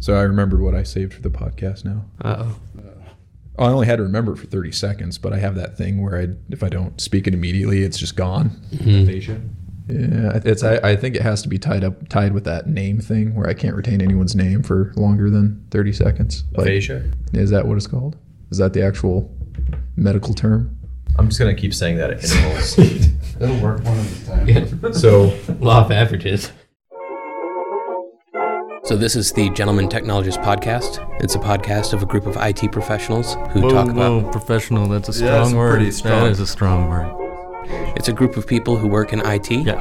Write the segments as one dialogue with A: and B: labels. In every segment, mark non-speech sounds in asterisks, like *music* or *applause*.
A: So I remembered what I saved for the podcast now.
B: Uh oh.
A: I only had to remember it for 30 seconds, but I have that thing where I, if I don't speak it immediately, it's just gone. Yeah, it's I, I think it has to be tied up tied with that name thing where I can't retain anyone's name for longer than 30 seconds. Like,
C: Aphasia?
A: Is that what it's called? Is that the actual medical term?
C: I'm just gonna keep saying that at intervals.
D: It'll work one at a time.
A: So
B: Law of averages.
E: So, this is the Gentleman Technologist Podcast. It's a podcast of a group of IT professionals who
F: Whoa,
E: talk about.
F: whoa, professional. That's a strong
D: Yeah, that's
F: word.
D: pretty strong.
F: That is a strong word.
E: It's a group of people who work in IT,
F: Yeah.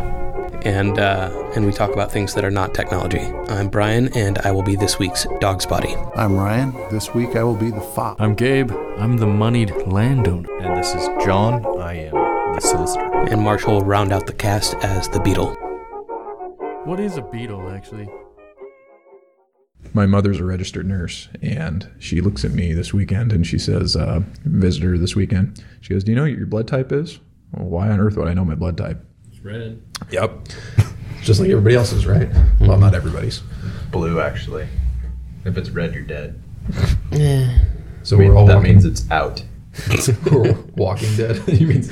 E: and uh, and we talk about things that are not technology. I'm Brian, and I will be this week's dog's body.
G: I'm Ryan. This week I will be the fop.
F: I'm Gabe. I'm the moneyed landowner.
C: *laughs* and this is John. I am the solicitor.
E: And Marshall will round out the cast as the beetle.
F: What is a beetle, actually?
A: my mother's a registered nurse, and she looks at me this weekend and she says, uh, "Visitor this weekend." She goes, "Do you know what your blood type is?" Well, why on earth would I know my blood type?
B: It's red.
A: Yep, just like everybody else's, right? Well, not everybody's.
C: Blue, actually. If it's red, you're dead.
A: So
C: I mean,
A: we're all
C: that
A: walking-
C: means it's out.
A: *laughs* we're walking dead. you mean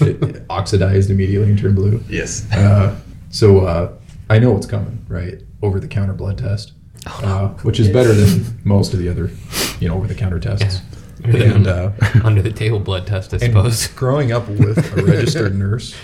A: it oxidized immediately and turned blue?
C: Yes.
A: Uh, so uh, I know what's coming, right? Over the counter blood test,
B: Oh,
A: uh, which is better than most of the other, you know, over the counter tests. And uh,
B: *laughs* Under the table blood test, I
A: and
B: suppose.
A: growing up with a
B: *laughs*
A: registered nurse,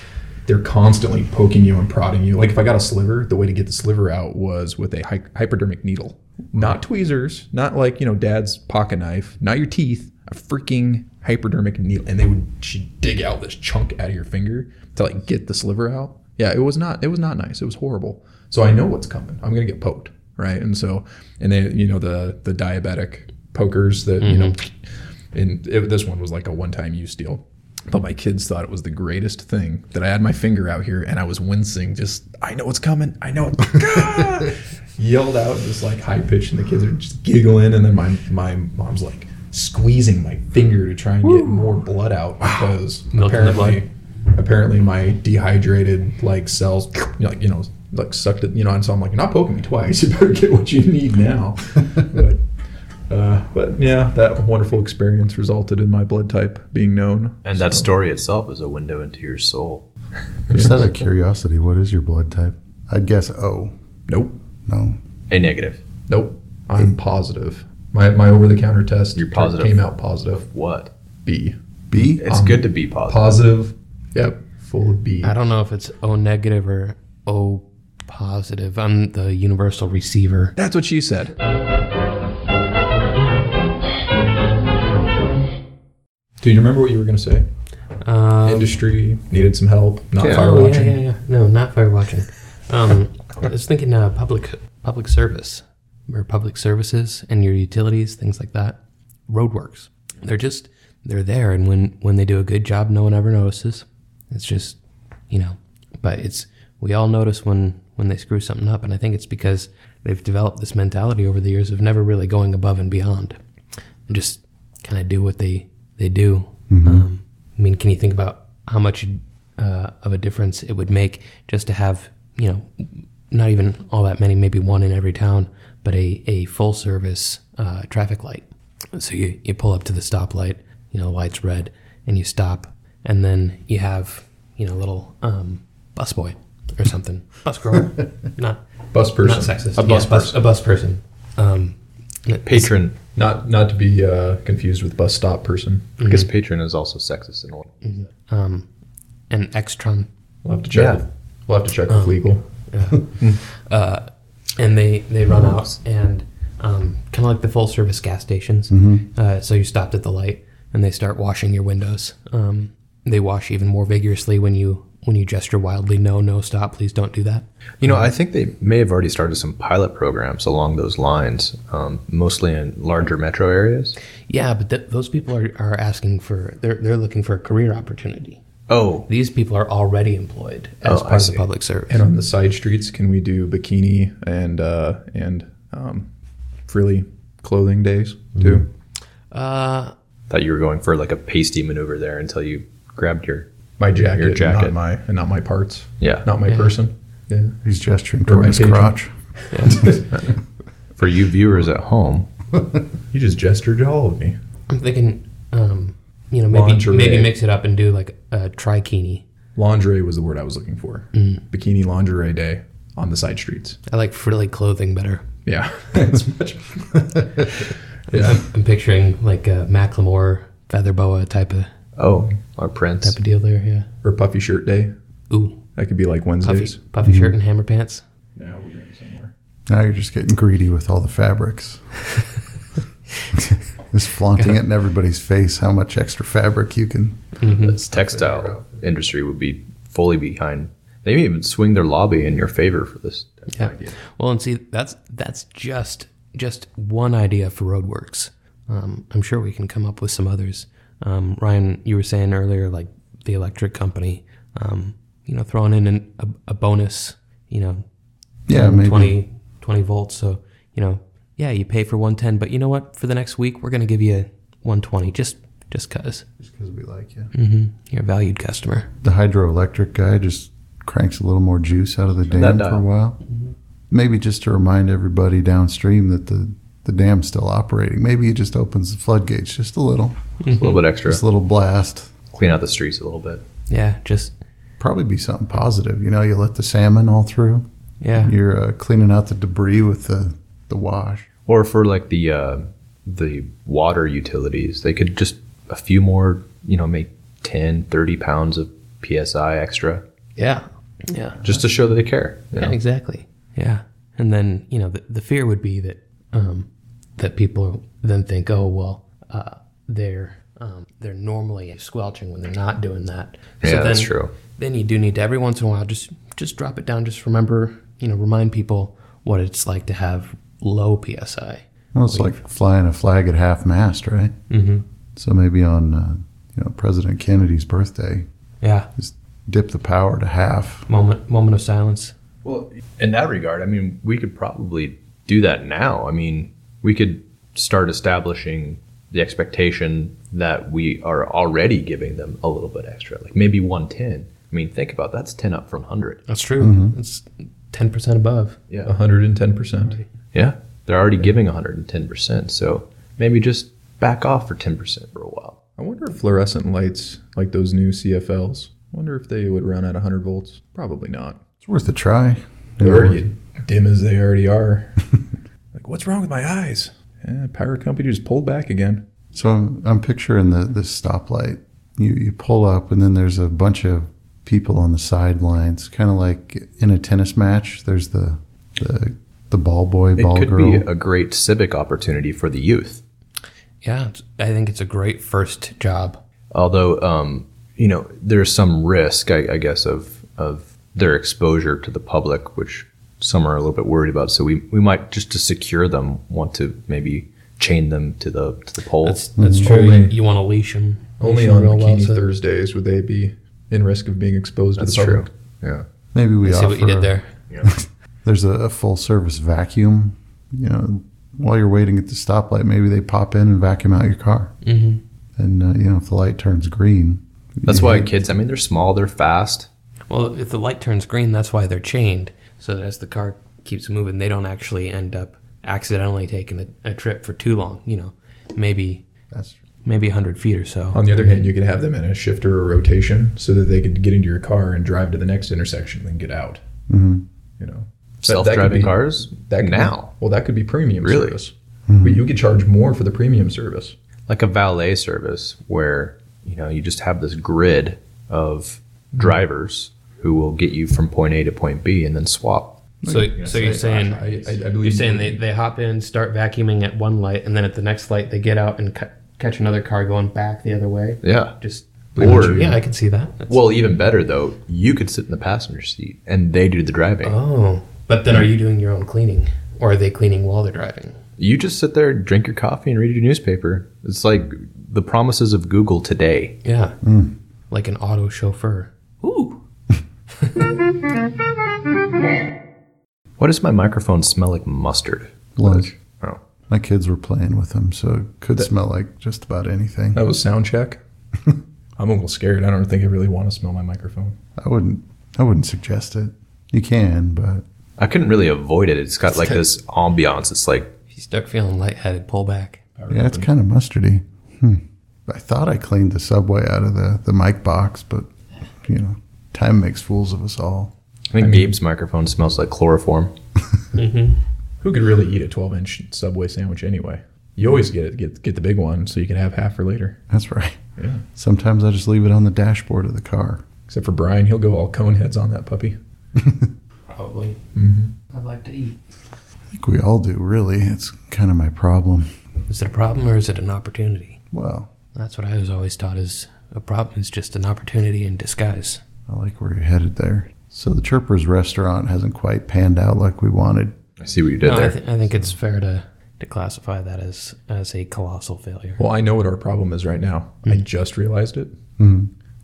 A: they're constantly poking you and prodding you. Like if I got a sliver, the way to get the sliver out was with a hy- hypodermic needle, not tweezers, not like you know dad's pocket knife, not your teeth, a freaking hypodermic needle, and they would she'd dig out this chunk out of your finger to like get the sliver out. Yeah, it was not it was not nice. It was horrible. So I know what's coming. I'm gonna get poked, right? And so and they you know the the diabetic pokers that you know and it, this one was like a one-time use deal but my kids thought it was the greatest thing that i had my finger out here and i was wincing just i know it's coming i know it *laughs* yelled out just like high pitched and the kids are just giggling and then my my mom's like squeezing my finger to try and get more blood out because
B: Milking the blood.
A: apparently apparently my dehydrated like cells like you know like sucked it you know and so i'm like you're not poking me twice *laughs* you better get what you need
B: *laughs*
A: now but uh, but yeah that wonderful experience resulted in my blood type being known
C: *laughs* and that story itself is a window into your soul.
G: Just out of curiosity, what is your blood type? I'd guess O.
A: nope
G: No.
C: A negative.
A: nope i'm positive my, my over-the-counter test
C: You're positive.
A: came out positive
C: What?
A: b
G: B?
C: It's
A: Um,
C: good to be positive.
A: positive yep full of b
B: I don't know if it's O negative or O positive. I'm the universal receiver.
A: that's what she said do you remember what you were going to say
B: Um,
A: industry needed some help not
B: Yeah.
A: fire
B: Oh,
A: watching
B: Yeah, yeah, yeah. No, not fire watching. Um, I was thinking uh, public public service or public services and your utilities, things like that. Roadworks. They're just they're there, and when when they do a good job, no one ever notices. It's just you know, but it's we all notice when when they screw something up, and I think it's because they've developed this mentality over the years of never really going above and beyond, and just kind of do what they they do. Um, I mean, can you think about how much uh, of a difference it would make just to have, you know, not even all that many, maybe one in every town, but a, a full service uh, traffic light? So you, you pull up to the stoplight, you know, the light's red, and you stop, and then you have, you know, a little um, busboy or something. Bus girl. *laughs* not,
A: bus person
B: not sexist.
A: a bus
B: Yeah,
A: person
B: A bus person. Um,
C: patron.
A: Not not to be uh, confused with bus stop person.
C: Because patron is also sexist in a way.
B: um, an Extron
A: We'll have to check.
C: Yeah.
A: We'll have to check
B: Um,
A: with legal.
B: and they they run out and um, kind of like the full service gas stations.
A: Mm-hmm.
B: Uh, so you stopped at the light and they start washing your windows. Um, they wash even more vigorously when you when you gesture wildly, no, no, stop, please don't do that.
C: You know, I think they may have already started some pilot programs along those lines, um, mostly in larger metro areas.
B: Yeah, but th- those people are, are asking for they're they're looking for a career opportunity.
C: Oh,
B: These people are already employed as
C: Oh, I
B: part of the
C: see.
B: public service.
A: And on the side streets, can we do bikini and uh, and um, frilly clothing days too?
B: Uh,
C: thought you were going for like a pasty maneuver there until you grabbed your.
A: My jacket,
C: Your jacket.
A: not my and not my parts.
C: Yeah.
A: not my person. Yeah,
G: He's gesturing
A: my
G: toward his
A: patron.
G: crotch.
C: For you viewers at home,
A: You just gestured to all of me.
B: I'm thinking, um, you know, maybe
A: Lingerie.
B: maybe mix it up and do like a trikini.
A: Lingerie was the word I was looking for. Bikini lingerie day on the side streets.
B: I like frilly clothing better.
A: *laughs* Yeah, it's much. yeah,
B: I'm, I'm picturing like a Macklemore feather boa type of
C: oh, our prince.
B: type of deal there. Yeah.
A: or puffy shirt day.
B: Ooh,
A: That could be like
B: puffy
A: Wednesdays.
C: Mm-hmm.
B: puffy shirt and hammer pants.
A: Yeah, we're going somewhere.
G: Now you're just getting greedy with all the *laughs* fabrics. just flaunting it in everybody's face how much extra fabric you can.
C: This textile industry would be fully behind. They may even swing their lobby in your favor for this.
B: Yeah. Well, and see, that's that's just just one idea for roadworks. Um, I'm sure we can come up with some others. Um, Ryan, you were saying earlier, like the electric company, um, you know, throwing in an, a, a bonus, you know,
G: Yeah,
B: 10,
G: maybe.
B: 20, 20 volts. So, you know, yeah, you pay for 110, but you know what? For the next week, we're going to give you 120 just just because
G: Just because we like you.
B: you're a valued customer.
G: The hydroelectric guy just cranks a little more juice out of the dam for a
C: dial.
G: while. Maybe just to remind everybody downstream that the, the dam's still operating. Maybe he just opens the floodgates just a little.
C: It's a little bit extra.
G: Just a little blast.
B: Mm-hmm.
C: Clean out the streets a little bit.
B: Yeah, just,
G: Probably be something positive. You know, you let the salmon all through.
B: yeah.
G: You're uh, cleaning out the debris with the, the wash.
C: Or for like the uh, the water utilities, they could just a few more, you know, make 10, 30 pounds of PSI extra
B: Yeah. Yeah.
C: just to show that they care. you know?
B: Yeah, exactly. Yeah, and then you know the, the fear would be that um, that people then think, oh well, uh, they're um, they're normally squelching when they're not doing that.
C: Yeah, that's
B: then-
C: true.
B: Then you do need to every once in a while just just drop it down. Just remember, you know, remind people what it's like to have low psi.
G: Well, it's like flying a flag at half mast, right? Mm-hmm. So maybe on uh, you know President Kennedy's birthday,
B: Yeah,
G: just dip the power to half.
B: moment moment of silence.
C: Well, in that regard, I mean, we could probably do that now. I mean, we could start establishing the expectation that we are already giving them a little bit extra, like maybe 110. I mean, think about that's 10 up from 100.
B: That's true.
G: Mm-hmm.
B: It's ten percent above.
C: Yeah.
A: hundred and ten percent.
C: Yeah. They're already giving 110%. So maybe just back off for 10% for a while.
A: I wonder if fluorescent lights like those new CFLs. Wonder if they would run at hundred volts. Probably not.
G: It's worth a try.
A: They're already dim as they already *laughs* are. like, what's wrong with my eyes? Eh, power company just pulled back again.
G: So I'm, I'm picturing the this stoplight. You you pull up, and then there's a bunch of people on the sidelines, kind of like in a tennis match. There's the the, the ball boy,
C: It
G: ball
C: could
G: girl.
C: be a great civic opportunity for the youth.
B: Yeah, it's- I think it's a great first job.
C: although um, you know there's some risk I, I guess of of their exposure to the public which some are a little bit worried about so we, we might just to secure them want to maybe chain them to the to the pole
B: That's that's
G: Mm-hmm.
B: true. you
A: Only-
B: you want to leash them
A: Only on Bikini Thursdays would they be in risk of being exposed
C: That's
A: to the public.
C: true yeah
G: Maybe we
B: See
G: offer
B: what you did there.
G: there's a, a full service vacuum. You know, while you're waiting at the stoplight, maybe they pop in and vacuum out your car. Mm-hmm. And uh, you know, if the light turns green,
C: that's why
A: Mhm.
C: kids i mean they're small they're fast
B: Well, if the light turns green, that's why they're chained. So that as the car keeps moving, they don't actually end up accidentally taking a, a trip for too long. You know, maybe
G: That's true.
B: maybe hundred feet or so.
A: On the other hand, you could have them in a shifter or rotation so that they could get into your car and drive to the next intersection, then get out.
G: Mm-hmm.
A: You know, That- that could
C: self-driving
A: be-
C: cars
A: That could be-
C: now
A: well, that could be premium
C: Really?
A: service.
G: Mm-hmm.
A: But you could charge more for the premium service.
C: like a valet service where you know you just have this grid of drivers who will get you from point a to point b and then swap
B: so so you're saying
A: I, I, I
B: you're
A: believe
B: saying they, they hop in, start vacuuming at one light, and then at the next light they get out and cut, catch another car going back the other way.
C: yeah
B: Just
C: Or-
B: yeah, I can see that. That's-
C: Well, even better though, you could sit in the passenger seat and they do the driving.
B: oh, but then are you doing your own cleaning, or are they cleaning while they're driving?
C: You just sit there, drink your coffee, and read your newspaper. It's like the promises of Google today.
B: Yeah.
A: Hmm.
B: Like an auto chauffeur. Ooh.
C: Why does my microphone smell like mustard?
G: Lunch.
C: Oh,
G: My kids were playing with them, so it could smell like just about anything.
A: that was sound *laughs* check. I'm a little scared. I don't think I really want to smell my microphone.
G: I wouldn't. I wouldn't suggest it. You can, but
C: I couldn't really avoid it. It's got like this ambiance. It's like
B: If you start feeling lightheaded, pull back.
G: Yeah, it's kind of mustardy. Hmm. I thought I cleaned the subway out of the, the mic box, but you know, time makes fools of us all.
C: I think Gabe's microphone smells like chloroform.
A: Who could really eat a 12 inch Subway sandwich anyway? You always get it, get get the big one so you can have half for later.
G: That's right.
A: Yeah.
G: Sometimes I just leave it on the dashboard of the car.
A: Except for Brian, he'll go all cone heads on that puppy.
B: Probably. Mm-hmm.
D: I like to eat.
G: I think we all do, really. It's kind of my problem.
B: Is it a problem or is it an opportunity?
G: Well,
B: That's what I was always taught is a problem is just an opportunity in disguise.
G: I like where you're headed there. So the Chirpers restaurant hasn't quite panned out like we wanted.
C: I see what you did
B: No, I,
C: there.
B: th- I think it's fair to, to classify that as, as a colossal failure.
A: Well, I know what our problem is right now. I just realized it.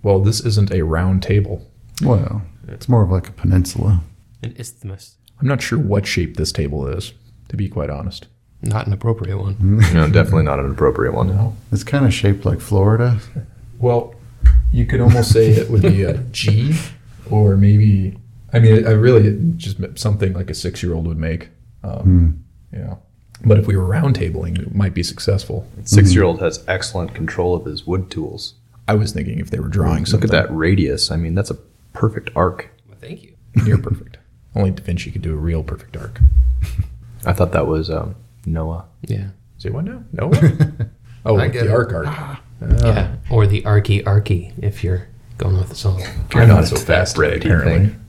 A: Well, this isn't a round table.
G: Well, it's more of like a peninsula.
B: An isthmus.
A: I'm not sure what shape this table is, to be quite honest.
B: Not an appropriate one.
C: no, definitely not an appropriate one.
G: It's kind of shaped like Florida.
A: Well, you could almost say it would be a G, or maybe I mean, I really just meant something like a six-year-old would make. Um, Yeah, but if we were roundtabling, it might be successful.
C: Six year old has excellent control of his wood tools.
A: I was thinking if they were drawing
C: Look
A: something
C: at that radius. I mean, that's a perfect arc.
B: Thank you.
A: near perfect. Only Da Vinci could do a real perfect arc.
C: I thought that was um, Noah.
B: Yeah.
A: Say what now?
G: *laughs*
A: No. Oh,
G: I
A: like the
G: get it. Ah,
A: arc arc.
B: Yeah. Or the arky arky if you're going with the song.
A: You're
C: not into that bread tea thing.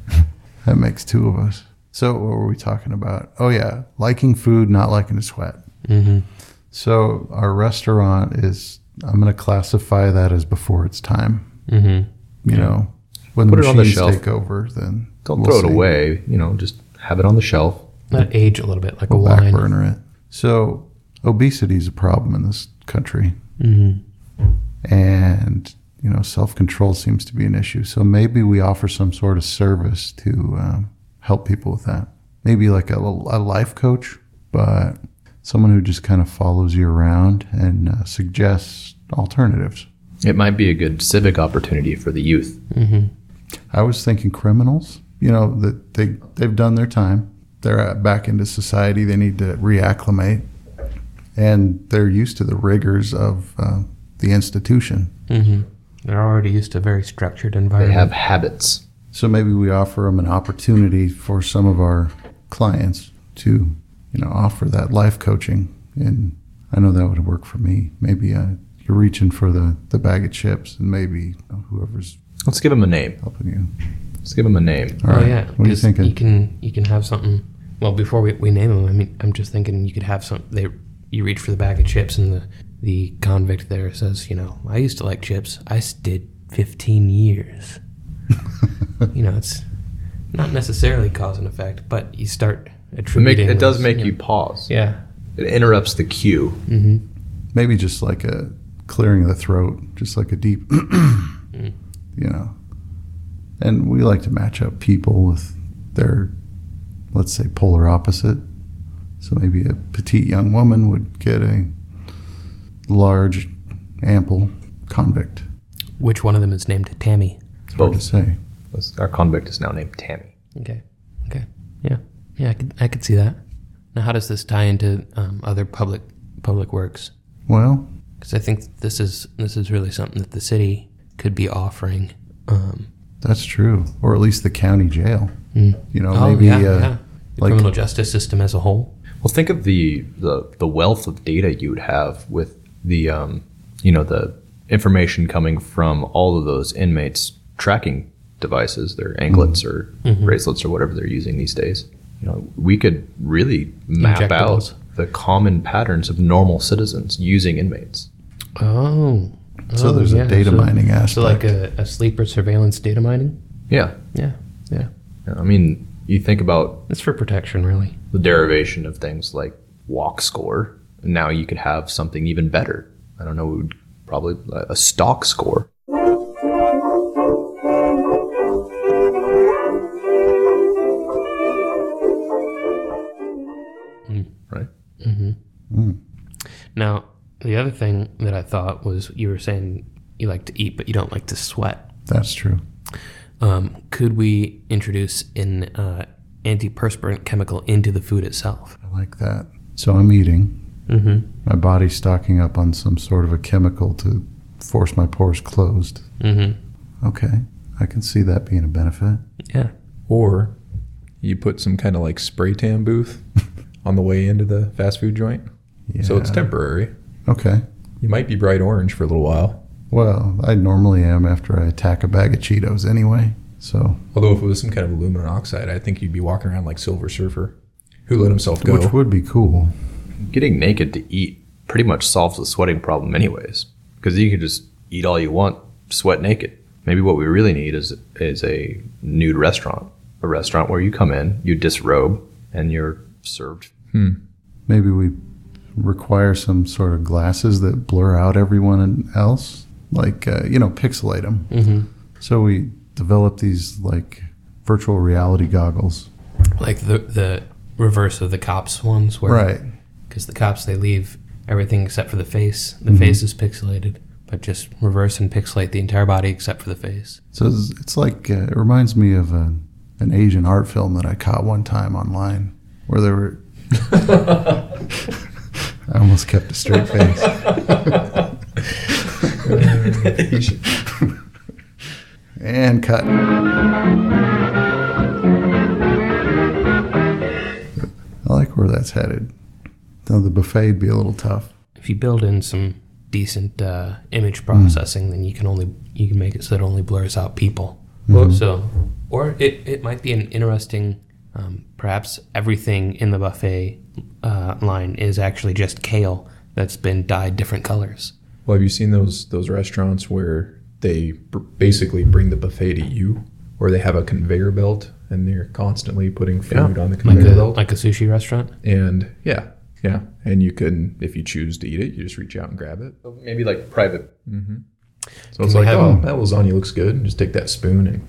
G: That makes two of us. So what were we talking about? Oh yeah, liking food, not liking to sweat.
C: Mm-hmm.
G: So our restaurant is. I'm going to classify that as before its time.
B: Mm-hmm.
G: You know, when
C: Put
G: the
C: it on the
G: machines
C: shelf.
G: take over, then
C: Don't
G: we'll
C: throw it
G: see.
C: away. You know, just have it on the shelf.
B: Let it age a little bit like
G: We'll
B: a
G: back
B: wine.
G: burner it. So obesity is a problem in this country,
B: Mm-hmm.
G: and you know self control seems to be an issue. So maybe we offer some sort of service to um, help people with that. Maybe like a, a life coach, but someone who just kind of follows you around and uh, suggests alternatives.
C: It might be a good civic opportunity for the youth.
G: I was thinking criminals, you know, that they they've done their time. They're uh, back into society. They need to reacclimate, and they're used to the rigors of uh, the institution.
B: They're already used to a very structured
C: They
B: environment.
C: have habits.
G: So maybe we offer them an opportunity for some of our clients to, you know, offer that life coaching. And I know that would work for me. Maybe uh, you're reaching for the the bag of chips, and maybe you know, whoever's
C: Let's give them a name.
G: helping you.
C: Let's give them a name.
G: All
B: oh
G: right,
B: yeah,
G: what are you
B: 'cause
G: thinking?
B: You can you can have something. Well, before we, we name them, I mean, I'm just thinking you could have some. They you reach for the bag of chips, and the the convict there says, you know, I used to like chips. I s- did 15 years.
G: *laughs*
B: you know, it's not necessarily cause and effect, but you start
C: It, make,
B: attributing.
C: it does
B: those,
C: make
B: know-
C: you pause.
B: Yeah. Mm-hmm.
C: It interrupts the cue.
G: maybe just like a clearing of the throat, just like a deep, *clears throat* you know. And we like to match up people with their, let's say, polar opposite. So maybe a petite young woman would get a large, ample convict.
B: Which one of them is named Tammy?
G: Hard to
C: Both.
G: say.
C: Our convict is now named Tammy.
B: Okay. Okay. Yeah. Yeah, I could I could see that. Now, how does this tie into um, other public public works?
G: Well,
B: because I think this is this is really something that the city could be offering. Um,
G: that's true, or at least the county jail. You know,
B: oh
G: maybe
B: yeah,
G: uh,
B: yeah. The
G: like-
B: criminal justice system as a whole.
C: Well, think of the, the, the wealth of data you would have with the um, you know the information coming from all of those inmates tracking devices, their anklets or
B: Mm-hmm.
C: bracelets or whatever they're using these days. You know, we could really map out
B: Injectables.
C: the common patterns of normal citizens using inmates.
B: Oh,
G: So there's a data mining
B: So like
G: aspect.
B: a, a sleeper surveillance data mining.
C: Yeah,
B: Yeah, yeah.
C: I mean, you think about
B: It's for protection, really.
C: the derivation of things like walk score. Now you could have something even better. I don't know, we would probably a stock score. Right?
B: Now, the other thing that I thought was you were saying you like to eat, but you don't like to sweat.
G: that's true.
B: Um, could we introduce an uh, antiperspirant chemical into the food itself.
G: I like that. So I'm eating.
B: Mm-hmm.
G: My body's stocking up on some sort of a chemical to force my pores closed.
B: Mm-hmm.
G: Okay. I can see that being a benefit.
B: Yeah.
A: Or you put some kind of like spray tan booth on the way into the fast food joint.
G: Yeah.
A: So it's temporary.
G: Okay.
A: You might be bright orange for a little while.
G: Well, I normally am after I attack a bag of Cheetos anyway. So,
A: Although if it was some kind of aluminum oxide, I think you'd be walking around like Silver Surfer, who let himself go.
G: which would be cool.
C: Getting naked to eat pretty much solves the sweating problem, anyways, because you can just eat all you want, sweat naked. Maybe what we really need is is a nude restaurant, a restaurant where you come in, you disrobe, and you're served.
G: Maybe we require some sort of glasses that blur out everyone else, like, uh, you know, pixelate them.
A: Mm-hmm.
G: So we develop these like virtual reality goggles.
B: Like the the reverse of the cops ones, where
G: Right.
B: Because the cops they leave everything except for the face. The face is pixelated, but just reverse and pixelate the entire body except for the face.
G: So it's, it's like uh, it reminds me of a, an Asian art film that I caught one time online, where there were. *laughs* I almost kept a straight face. *laughs* and cut. I like where that's headed. Though the buffet'd be a little tough.
B: If you build in some decent uh, image processing, then you can only you can make it so that it only blurs out people. So, or it, it might be an interesting. Um, perhaps everything in the buffet uh, line is actually just kale that's been dyed different colors.
A: Well, have you seen those those restaurants where they br- basically bring the buffet to you, or they have a conveyor belt and they're constantly putting food on the
B: Like
A: conveyor
B: a,
A: belt?
B: like a sushi restaurant.
A: and yeah, yeah, and you can if you choose to eat it, you just reach out and grab it.
C: Maybe like private.
A: So it's
B: we
A: like,
B: have-
A: oh, that lasagna looks good, and just take that spoon and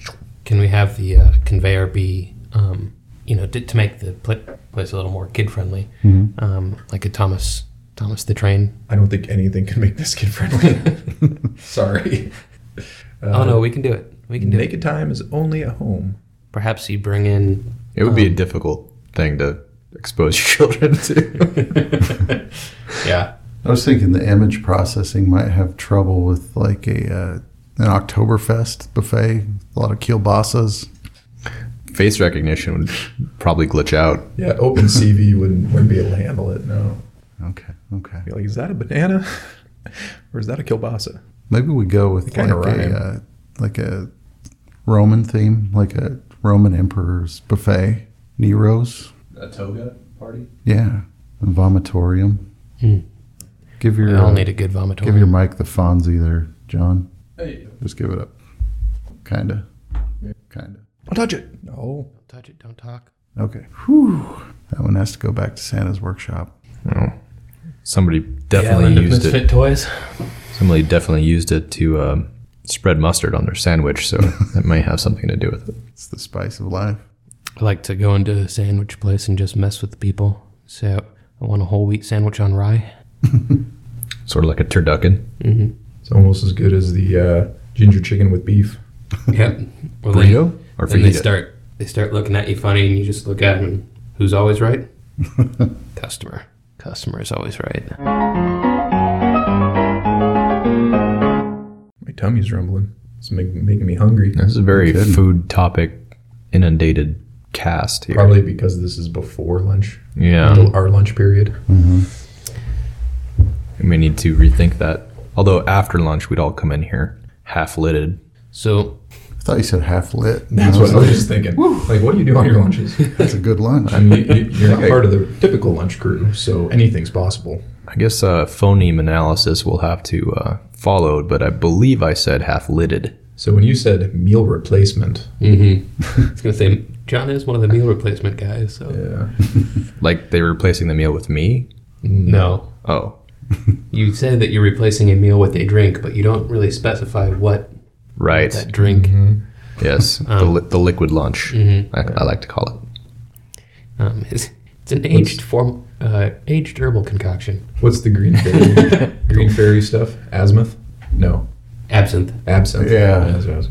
B: Can we have the uh, conveyor be, um, you know, to, to make the pl- place a little more kid friendly, um, like a Thomas Thomas the Train?
A: I don't think anything can make this kid friendly.
B: *laughs*
A: Sorry.
B: oh no, we can do it. We can do it.
A: Naked time is only at home.
B: Perhaps you bring in.
C: It would be a difficult thing to expose your *laughs* children to.
B: Yeah.
G: I was thinking the image processing might have trouble with like a uh, an Oktoberfest buffet, a lot of kielbasas.
C: Face recognition would probably glitch out.
A: Yeah, open CV wouldn't wouldn't be able to handle it. No.
G: Okay, okay.
A: Be like, is that a banana? *laughs* or is that a kielbasa?
G: Maybe we go with
A: kinda
G: like a
A: rhyme.
G: uh, like a Roman theme, like a Roman emperor's buffet, Nero's,
C: A toga party.
G: yeah, and vomitorium.
B: Hmm.
G: Give your
B: We all
G: uh,
B: need a good vomitorium.
G: give your mic the Fonzie there, John.
C: Hey.
G: Just give it up. Kinda, kinda.
A: I'll touch it. No.
B: Don't touch it. Don't talk.
G: Okay. Whew. That one has to go back to Santa's workshop.
C: Oh. Somebody definitely used it.
B: toys.
C: Somebody definitely used it to um, spread mustard on their sandwich, so that may have something to do with it.
G: It's the spice of life.
B: I like to go into a sandwich place and just mess with the people. So I want a whole wheat sandwich on rye.
C: Sort of like a turducken.
A: It's almost as good as the uh, ginger chicken with beef.
B: Yep. Well, they-
C: Burrito? Or
B: then they
C: fajita?
B: start they start looking at you funny, and you just look at them. And who's always right? Customer. Customer is always right.
A: My tummy's rumbling. It's make, making me hungry.
C: This is a very food topic inundated cast here.
A: Probably because this is before lunch,
C: Yeah.
A: our lunch period.
C: We may need to rethink that. Although after lunch, we'd all come in here half litted.
B: So
G: I thought you said half lit. *laughs*
A: That's what I was *laughs* just thinking. Like, what do you do on your lunches?
G: That's a good lunch.
A: *laughs* I mean, you, you're not part of the typical lunch crew, so anything's possible.
C: I guess uh, phoneme analysis will have to uh, followed, but I believe I said half litted.
A: So when you said meal replacement,
B: I was gonna say John is one of the meal replacement guys. So
A: yeah,
C: Like they were replacing the meal with me?
B: no,
C: Oh.
B: you say that you're replacing a meal with a drink, but you don't really specify what
C: Right.
B: that drink.
C: Yes. the, li- the liquid lunch,
B: mm-hmm.
C: I, I like to call it.
B: Um, is. It's an aged form, uh, aged
A: *laughs*
B: herbal concoction.
A: what's the green
B: *laughs*
A: fairy? green fairy stuff? Azimuth? No,
B: Absinthe.
A: absinthe.
G: Yeah.
A: That's what I was-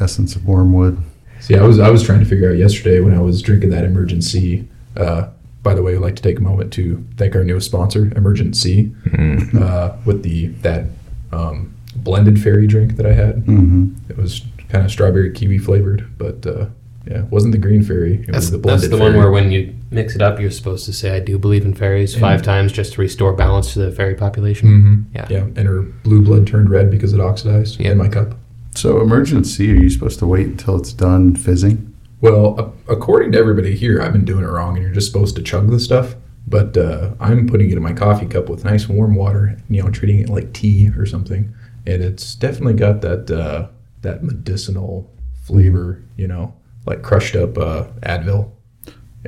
G: Essence of wormwood.
A: See, I was I was trying to figure out yesterday when I was drinking that emergency. Uh, by the way, I'd like to take a moment to thank our newest sponsor, Emergency,
C: Mm-hmm.
A: uh, with the that um, blended fairy drink that I had.
G: Mm-hmm.
A: It was kind of strawberry kiwi flavored, but uh, yeah, it wasn't the green fairy. It
B: That's
A: was the
B: that's
A: blended.
B: the one
A: fairy.
B: where when you mix it up, you're supposed to say, "I do believe in fairies" five times just to restore balance to the fairy population.
A: Mm.
B: Yeah.
A: Mm-hmm. yeah, and her blue blood turned red because it oxidized
B: Yeah.
A: in my cup.
G: So emergency, are you supposed to wait until it's done fizzing?
A: Well, a- according to everybody here, I've been doing it wrong, and you're just supposed to chug the stuff. But uh, I'm putting it in my coffee cup with nice warm water, you know, treating it like tea or something, and it's definitely got that uh, that medicinal flavor, you know, like crushed up uh, Advil.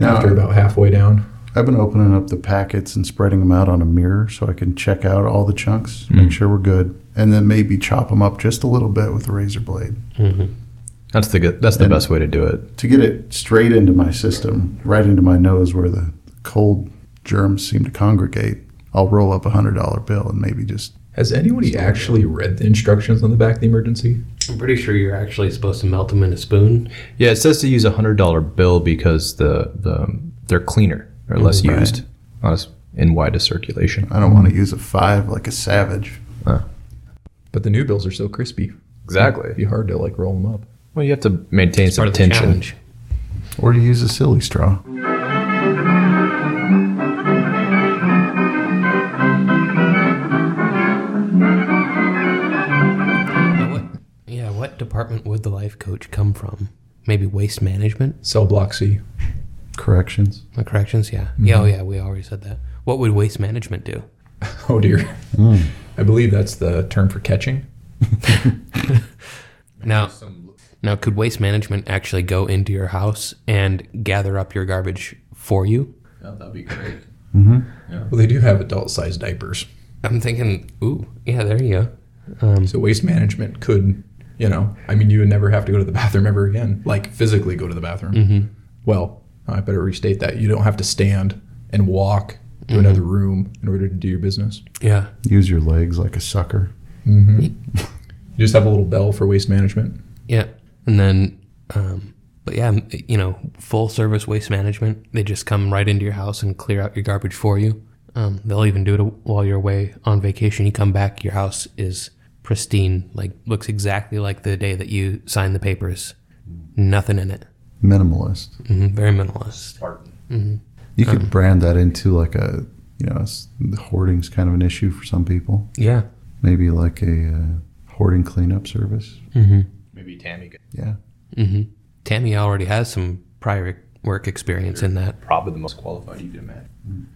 G: Now-
A: after about halfway down,
G: I've been opening up the packets and spreading them out on a mirror so I can check out all the chunks, make sure we're good, and then maybe chop them up just a little bit with a razor blade
B: Mm-hmm.
C: That's the good, that's the
G: And-
C: best way to do it.
G: to get it straight into my system, right into my nose where the cold germs seem to congregate. I'll roll up a hundred dollar bill and maybe just
A: has anybody actually read the instructions on the back of the emergency?
B: I'm pretty sure you're actually supposed to melt them in a spoon.
C: Yeah, it says to use a hundred dollar bill because the the they're cleaner or less
B: Mm-hmm.
G: Right.
C: used on us in widest circulation.
G: I don't want to use a five like a savage.
A: But the new bills are so crispy.
C: Exactly.
A: It'd be hard to like roll them up.
C: Well, you have to maintain some
B: Part of the
C: tension.
B: challenge.
G: Or you use a silly straw.
B: Now what- yeah, what department would the life coach come from? Maybe waste management,
A: Cell block C. *laughs*
G: Corrections.
B: Uh, corrections. Yeah. Yeah. Oh, yeah. We already said that. What would waste management do?
A: Oh dear. I believe that's the term for catching.
B: Now, now, could waste management actually go into your house and gather up your garbage for you?
C: Oh, that'd be great.
A: Well, they do have adult sized diapers.
B: I'm thinking, ooh, yeah, there you go. Um,
A: So waste management could, you know, I mean, you would never have to go to the bathroom ever again, like physically go to the bathroom. Well, I better restate that. You don't have to stand and walk to another room in order to do your business.
B: yeah,
G: Use your legs like a sucker.
A: You just have a little bell for waste management.
B: yeah, and then, um, but yeah, m- you know, full service waste management. They just come right into your house and clear out your garbage for you. Um, they'll even do it while you're away on vacation. You come back, your house is pristine, like looks exactly like the day that you signed the papers. Nothing in it.
G: Minimalist.
B: hmm very minimalist.
G: You
C: Hmm.
G: could brand that into like a, you know, s- hoarding's kind of an issue for some people.
B: Yeah.
G: Maybe like a uh, hoarding cleanup service.
C: Maybe Tammy could
G: Yeah.
B: hmm Tammy already has some prior work experience in that.
C: probably the most qualified you can imagine.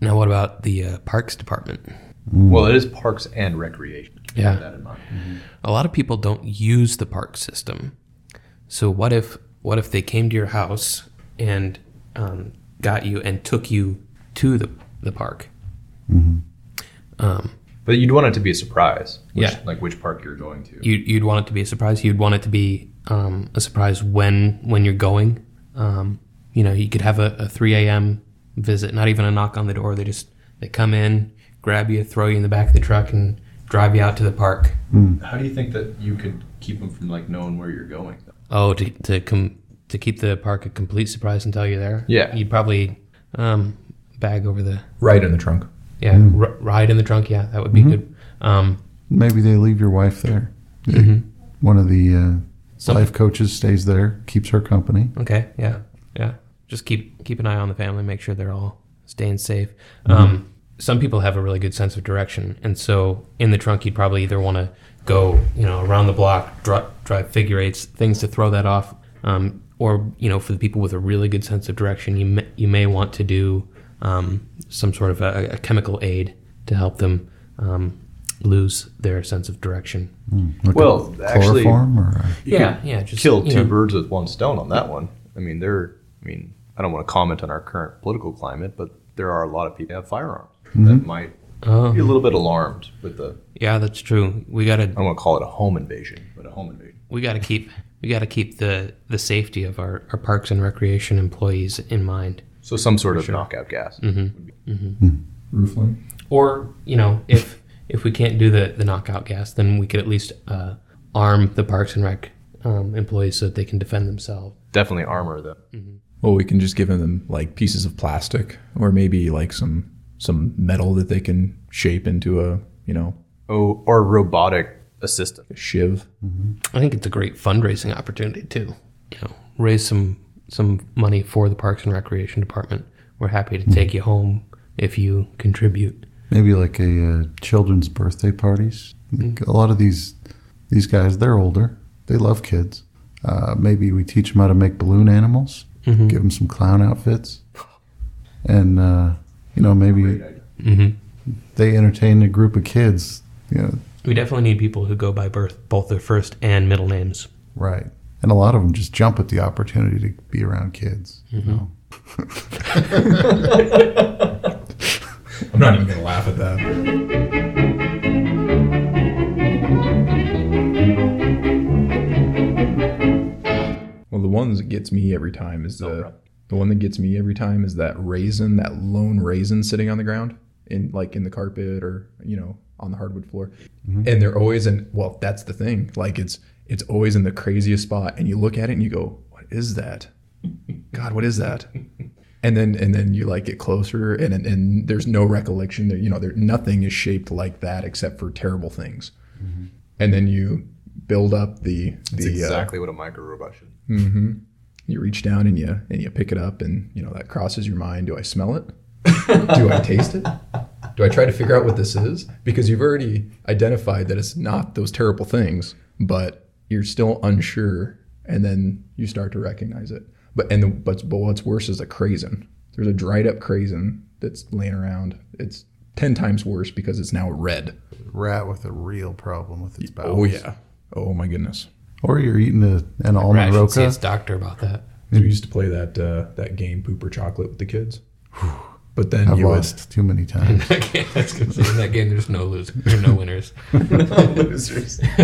B: Now, what about the uh, parks department?
C: Well, it is parks and recreation.
B: Yeah.
C: Keep that in mind.
B: A lot of people don't use the park system. So what if what if they came to your house and um, got you and took you to the the park? Um,
C: But you'd want it to be a surprise. Which,
B: Yeah.
C: Like which park you're going to.
B: you, you'd want it to be a surprise. You'd want it to be um, a surprise when when you're going. Um, you know, you could have a, a 3 a.m. visit, not even a knock on the door. They just they come in, grab you, throw you in the back of the truck, and drive you out to the park.
C: How do you think that you could keep them from like knowing where you're going? Though?
B: Oh, to to com- to keep the park a complete surprise until you're there.
C: Yeah.
B: you'd probably um, bag over the
A: Right in the trunk.
B: yeah r- ride in the trunk. Yeah, that would be good. Um,
G: Maybe they leave your wife there.
C: Mm-hmm.
G: One of the uh,
B: Some-
G: life coaches stays there, keeps her company.
B: okay, yeah, yeah. Just keep keep an eye on the family, make sure they're all staying safe.
C: Mm-hmm.
B: Um, some people have a really good sense of direction, and so in the trunk, you'd probably either want to go you know around the block, dri drive figure eights, things to throw that off. Um, or you know, for the people with a really good sense of direction, you may, you may want to do um, some sort of a, a chemical aid to help them um, lose their sense of direction.
G: Like a
C: Well, actually-
G: chloroform or a-
B: yeah, yeah, just
C: Kill
B: you
C: two
B: know.
C: birds with one stone on that one. I mean, there. I mean, I don't want to comment on our current political climate, but there are a lot of people that have firearms
A: Mm-hmm.
C: that might
B: Oh.
C: be a little bit alarmed with the.
B: Yeah, that's true. We gotta
C: I don't want to call it a home invasion, but a home invasion.
B: we gotta keep we gotta keep the the safety of our, our parks and recreation employees in mind.
C: So some sort of knockout gas.
B: Mm-hmm.
A: Roofline.
B: Or you know, if if we can't do the the knockout gas, then we could at least uh, arm the parks and rec um, employees so that they can defend themselves.
C: Definitely armor them.
A: Well, we can just give them like pieces of plastic or maybe like some some metal that they can shape into a you know
C: Oh, or robotic assistant.
A: a shiv.
B: I think it's a great fundraising opportunity too. You know, raise some some money for the Parks and Recreation Department. We're happy to take you home if you contribute.
G: Maybe like a uh, children's birthday parties. Like,
A: Mm-hmm.
G: A lot of these these guys, they're older. They love kids. Uh, maybe we teach them how to make balloon animals.
A: Mm-hmm.
G: Give them some clown outfits, and uh, you know maybe
A: Mm-hmm.
G: they entertain a group of kids. You know,
B: We definitely need people who go by birth, both their first and middle names.
G: right? And a lot of them just jump at the opportunity to be around kids.
A: Mm-hmm.
G: You know,
A: I'm not even gonna laugh at that. Well, the one that gets me every time is the the one that gets me every time is that raisin, that lone raisin sitting on the ground in like in the carpet or you know on the hardwood floor, and they're always in. Well, that's the thing. Like it's it's always in the craziest spot, and you look at it and you go, "What is that? God, what is that?" and then and then you like get closer and and, and there's no recollection there you know there nothing is shaped like that except for terrible things and then you build up the the
C: It's
A: uh,
C: exactly what a micro robot should.
A: you reach down and you and you pick it up and you know that crosses your mind do i smell *laughs* it do i taste it do i try to figure out what this is because you've already identified that it's not those terrible things but you're still unsure and then you start to recognize it but and the, but, but what's worse is a crazen there's a dried up crazen that's laying around it's 10 times worse because it's now red
G: rat with a real problem with its bowels.
A: oh yeah oh my goodness
G: Or you're eating a, an
B: Right,
G: almond
B: I should see
G: roca.
B: its doctor about that.
A: We used to play that uh, that game, Pooper Chocolate, with the kids. But then
G: I've
A: you would-
G: lost too many
B: *laughs*
G: times.
B: Okay, that's good. In that game, there's no losers, there's no winners.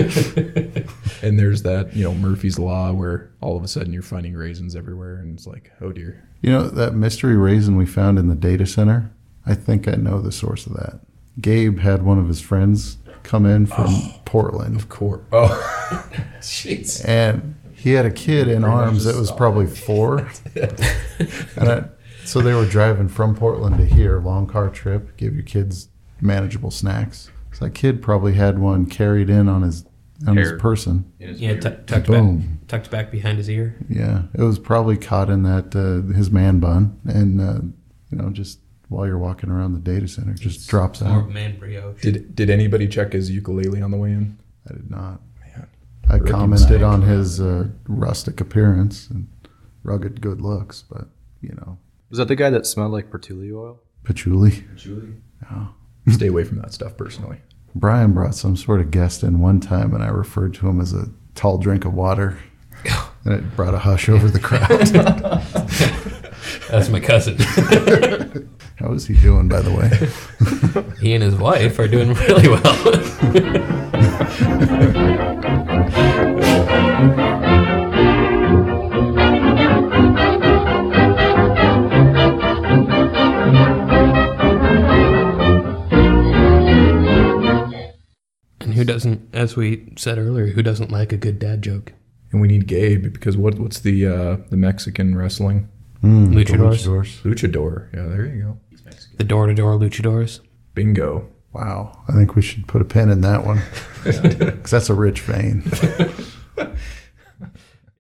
A: and there's that you know Murphy's Law where all of a sudden you're finding raisins everywhere, and it's like, oh dear.
G: You know, that mystery raisin we found in the data center, I think I know the source of that. Gabe had one of his friends come in from Portland,
A: Core. Oh, jeez.
G: and he had a kid in arms that was probably four. and I, so they were driving from Portland to here, long car trip, give your kids manageable snacks. So that kid probably had one carried in on his on
C: Hair.
G: his person.
B: Yeah,
C: It's
B: tu tucked back,
G: Boom.
B: tucked back behind his ear.
G: Yeah, it was probably caught in that uh, his man bun, and uh, you know, just while you're walking around the data center, it just drops
B: Or
G: out.
B: man brioche.
A: Did did anybody check his ukulele on the way in?
G: I did not.
A: Man.
G: I
A: Ricky
G: commented
A: Mike.
G: on his uh, rustic appearance and rugged good looks, but you know,
C: Was that the guy that smelled like patchouli oil?
G: patchouli.
C: Patchouli.
A: Stay away from that stuff personally.
G: Brian brought some sort of guest in one time, and I referred to him as a tall drink of water, and it brought a hush over the crowd. *laughs*
B: That's my cousin. *laughs*
G: How is he doing, by the way?
B: he and his wife are doing really well. *laughs* and who doesn't, as we said earlier, who doesn't like a good dad joke?
A: And we need Gabe because what what's the uh, the Mexican wrestling
G: Mm, the
B: Luchadors.
G: luchadors.
A: luchador? Yeah, there you go.
B: The door to door luchadors.
A: Bingo.
G: *laughs* Wow, I think we should put a pin in that one because that's a rich vein.